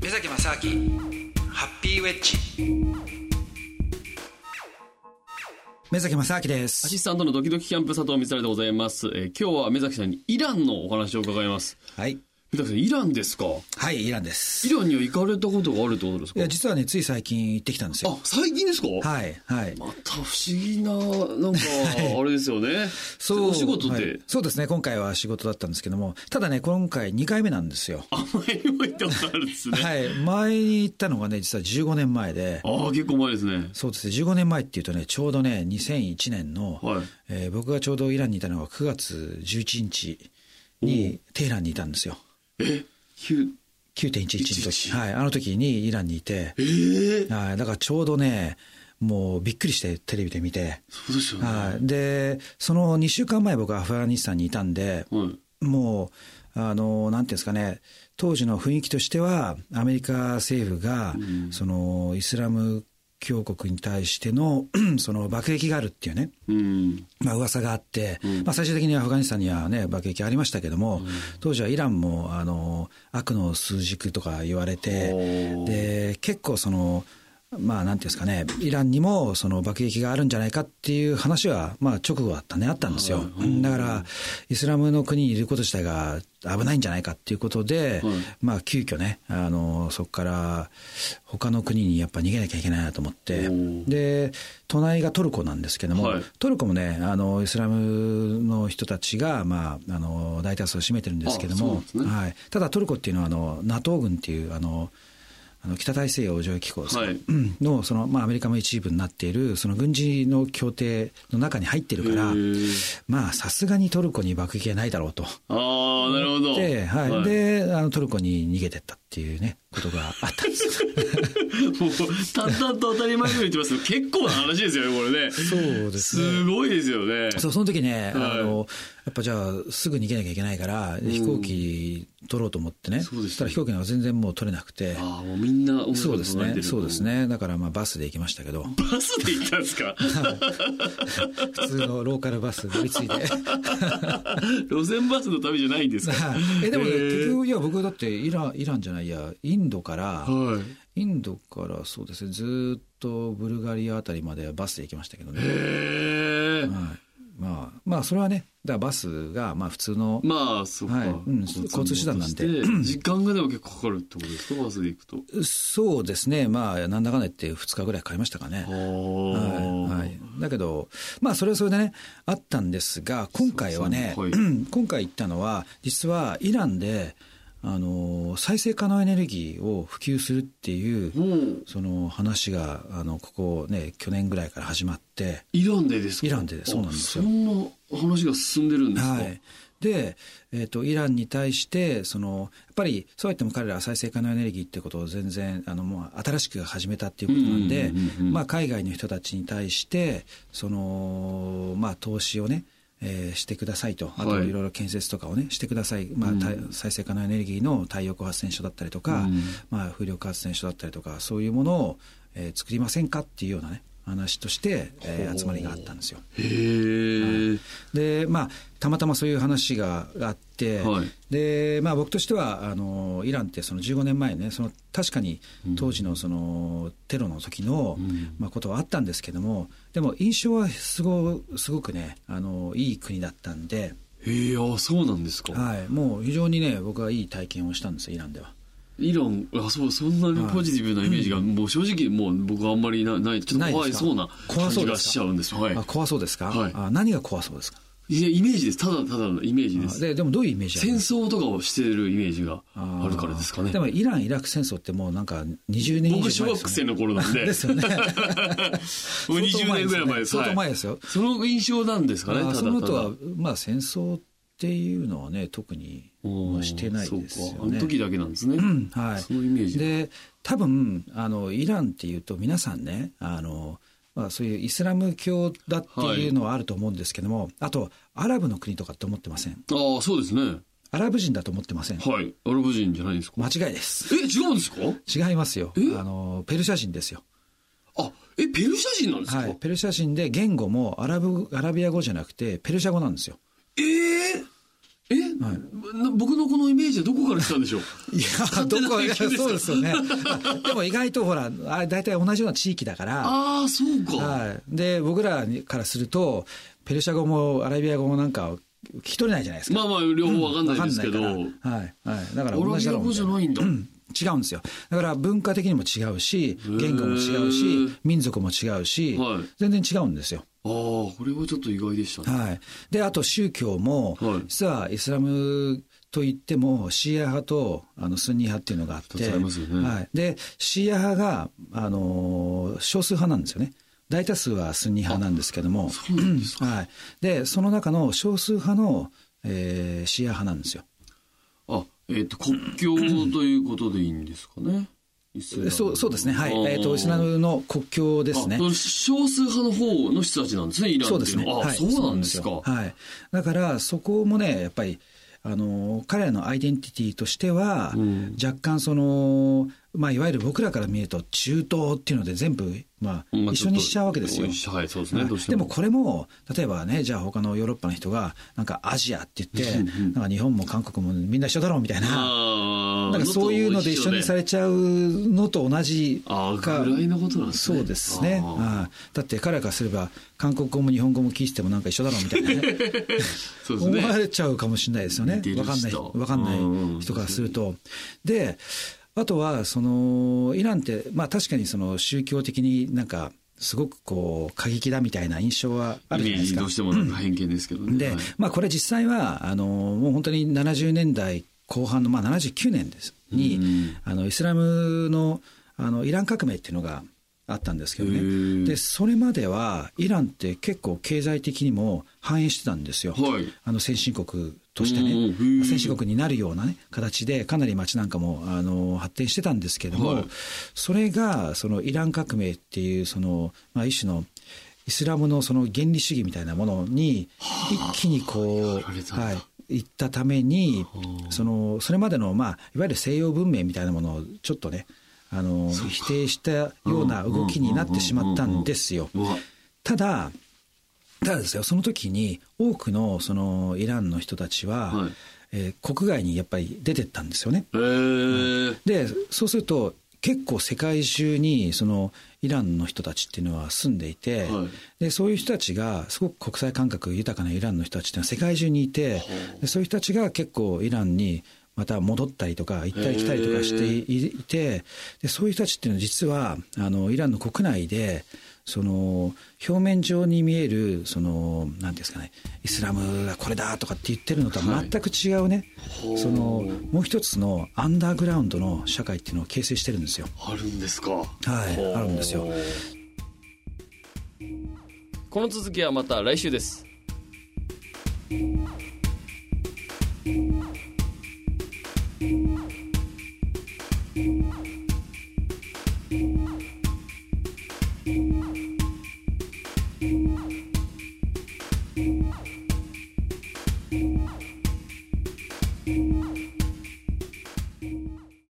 目崎正明ハッピーウェッジ目崎正明でアすシスタントのドキドキキャンプ佐藤光晴でございます。えー今日は目崎さんにイランのお話を伺います。はい目崎さん、イランですかはいイランですイランには行かれたことがあるってことですいかや実はねつい最近行ってきたんですよあ、最近ですかい。はいはいまた不思議な、なんか、あれです よね。お仕事で、はいそうですね今回は仕事だったんですけどもただね今回2回目なんですよあ、前にも行ったことあるんですね。はい前に行ったのがね実は15年前でああ、結構前ですね。そうですね15年前っていうとねちょうどね2001年の、はいえー僕がちょうどイランにいたのが9月11日にテヘランにいたんですよえ、ひゅ9.11の時、 11はい、あの時にイランにいて、えー、はい、だからちょうどね、もうびっくりしてテレビで見て、そうですよね。ははい、で、その2週間前僕はアフガニスタンにいたんで、い。もう、あの、なんていうんですかね、当時の雰囲気としては、アメリカ政府が、その、イスラム教国に対しての、 その爆撃があるっていうね、うん。まあ噂があって、んまあ最終的にアフガニスタンにはね、爆撃ありましたけども、当時はイランも、あの、悪の数軸とか言われおてー、で、結構その、まあなんていうんですかね、イランにもその爆撃があるんじゃないかっていう話は、まあ直後だったね、あったんですよ。だから、イスラムの国にいること自体が危ないんじゃないかっていうことで、はいまあ急遽ね、あの、そこから他の国にやっぱ逃げなきゃいけないなと思ってお、ーで、隣がトルコなんですけども、はいトルコもね、あのイスラムの人たちが、まあ、あの大多数を占めてるんですけどあそうなも、んですねはい、ただトルコっていうのはあの、NATO 軍っていうあのあの北大西洋条約機構ですかはいうんのその、まあ、アメリカも一部になっている、その軍事の協定の中に入ってるからへー、まあさすがにトルコに爆撃はないだろうと。ああ、なるほど。で、はいであのトルコに逃げてったっていうね、ことがあったんですよ。もう、淡々と当たり前のように言ってますけど、結構な話 ですよね、これね。そうですねすごいですよね。そうその時ね、はいあのやっぱじゃあすぐ逃げなきゃいけないから飛行機取ろうと思ってね、そうですねしたら飛行機の方が全然もう取れなくてああ、もうみんな同じそこうとです考えてねるそうです。ねだからまあバスで行きましたけどバスで行ったんですか普通のローカルバス乗り継い で 路線バスの旅じゃないんですか えでもねへー結局いや僕だってイランイランじゃないやインドからはい。インドからそうですねずーっとブルガリアあたりまではバスで行きましたけどね、へはえ。い、まあまあそれはねだからバスがまあ普通のまあ、そっか。はいうん交通手段なんで交通手として時間がでも結構かかるってことですかバスで行くと。そうですね、まあ、なんだかんだ言って2日ぐらい買いましたかね。あはいあ。はい、だけど、まあ、それはそれでね、あったんですが、今回はね、そうです今回行ったのは、実はイランで、あの、再生可能エネルギーを普及するっていう、もう、その話が、あの、ここね、去年ぐらいから始まって、イランでですかイランでそうなんですよあそんな話が進んでるんですかはい、で、えー、とイランに対してそのやっぱりそうは言っても彼らは再生可能エネルギーっていうことを全然あのもう新しく始めたっていうことなんで、うんうんうんうんまあ、海外の人たちに対してその、まあ、投資をねえーしてくださいと、あとはいいろいろ建設とかをね、してください、まあた再生可能エネルギーの太陽光発電所だったりとか、うんまあ、風力発電所だったりとか、そういうものを、えー作りませんかっていうようなね、話として、えー集まりがあったんですよ。へえ。でまあたまたまそういう話があって、はいでまあ、僕としてはあのイランってその15年前ねその確かに当時のそのテロの時の、んまあ、ことはあったんですけどもでも印象はすごすごくねあのいい国だったんで、へえ、あ、そうなんですか。はい、もう非常にね僕はいい体験をしたんですイランでは。イラン、あ、そう、そんなにポジティブなイメージが、もう正直、もう僕はあんまりなない、ちょっなとい怖でいすかそうな感怖そうでじすかがしちゃうんですよ。はいあ。怖そうですか、はいあ何が怖そうですかいや、イメージです。ただただのイメージであす。ででもどういうイメージあり戦ます争とかをしてるイメージがあるからですかねで。もイラン・イラク戦争ってもうなんか20年以上前僕です小よね学生の頃なんで。ですよねもう20年ぐらい前です。相当前はいですよ。その印象なんですかね、まあただそたの後だは。、まあ戦争っていうのはね、特におーしてないですそうかよあのね。時だけなんですね。うんはい。そのイメージだで、多分、あの、イランっていうと皆さんね、あの、まあそういうイスラム教だっていうのはあると思うんですけども、あと、アラブの国とかって思ってません。ああ、そうですね。アラブ人だと思ってません。はい。アラブ人じゃないんですか。間違いです。え、違うんですか違いますよ。あえの、ペルシャ人ですよ。あ、え、ペルシャ人なんですか、はい。ペルシャ人で言語もアラブ、アラビア語じゃなくて、ペルシャ語なんですよ。えーえ、な僕のこのイメージはどこから来たんでしょう いや、どこ勝手なが、研究ですかそうですよね。でも意外とほら、あれ大体同じような地域だから、ああ、そうか。はい。で、僕らからすると、ペルシャ語もアラビア語もなんか聞き取れないじゃないですか。まあまあ、両方わかんないですけど、わかんないからはい。はい。だからオ同ラじビだろうア語みじたゃいなないんだ。違うんですよ。だから文化的にも違うし、言語も違うへしー、民族も違うしはい、全然違うんですよ。ああ、これはちょっと意外でしたね。はい、であと宗教も、はい実はイスラムといってもシーア派とあのスンニ派っていうのがあって二つありますよねはい、でシーア派が、あのー少数派なんですよね大多数はスンニ派なんですけどもそうなんですか。はい、でその中の少数派の、えーシーア派なんですよあ、えっ、と、国境ということでいいんですかね。イスラムそうそうですねはいあーえー、とイスラムの国境ですねあその少数派の方の人たちなんですね、イランそうっでていすね。うのは。はあ、いそうなんですか。そうなんですよはい。だから、そこもね、やっぱり、あの、彼らのアイデンティティとしては、うん若干その、まあ、いわゆる僕らから見ると、中東っていうので全部、まあ、まあ一緒にしちゃうわけですよ。ちょっとはい、そうですね。はいどうしてでももこれも、例えばね、じゃあ他のヨーロッパの人が、なんかアジアって言って、なんか日本も韓国もみんな一緒だろうみたいな、あーなんかそういうので一緒にされちゃうのと同じあかーぐらいのことなんですね。そうですね。あーああだって彼らからすれば、韓国語も日本語も聞いててもなんか一緒だろうみた いなね。そうです思わね。れちゃうかもしれないですよね似て。るわかんない、人わかんない人からすると。で、あとは、その、イランって、まあ確かにその宗教的になんか、すごくこう、過激だみたいな印象はあイるメじゃないーですジかどう。してもなんか偏見ですけどね。で、はいまあこれ実際は、あの、もう本当に70年代後半の、まあ79年です。に、うんあの、イスラムの、あの、イラン革命っていうのがあったんですけどへーね。で、それまでは、イランって結構経済的にも繁栄してたんですよ。はいあの、先進国としてね。うんうん先進国になるようなね、形で、かなり街なんかも、あの、発展してたんですけども、はいそれが、そのイラン革命っていう、その、まあ、一種の、イスラムのその原理主義みたいなものに、一気にこう、やられたんだはい、行ったために、その、それまでの、まあ、いわゆる西洋文明みたいなものを、ちょっとね、あの、否定したような動きになってしまったんですよ。うわただ、ただですよ、その時に多くのそのイランの人たちは、はいえー国外にやっぱり出てったんですよね。えー、で、そうすると、結構世界中にそのイランの人たちっていうのは住んでいて、はいでそういう人たちがすごく国際感覚豊かなイランの人たちっていうのは世界中にいてでそういう人たちが結構イランにまた戻ったりとか行ったり来たりとかしていいてでそういう人たちっていうのは実はあのイランの国内でその表面上に見えるその何ていうんですかねイスラムがこれだとかって言ってるのとは全く違うね、はいそのもう一つのアンダーグラウンドの社会っていうのを形成してるんですよ。あるんですか。ははい、あるんですよ。この続きはまた来週です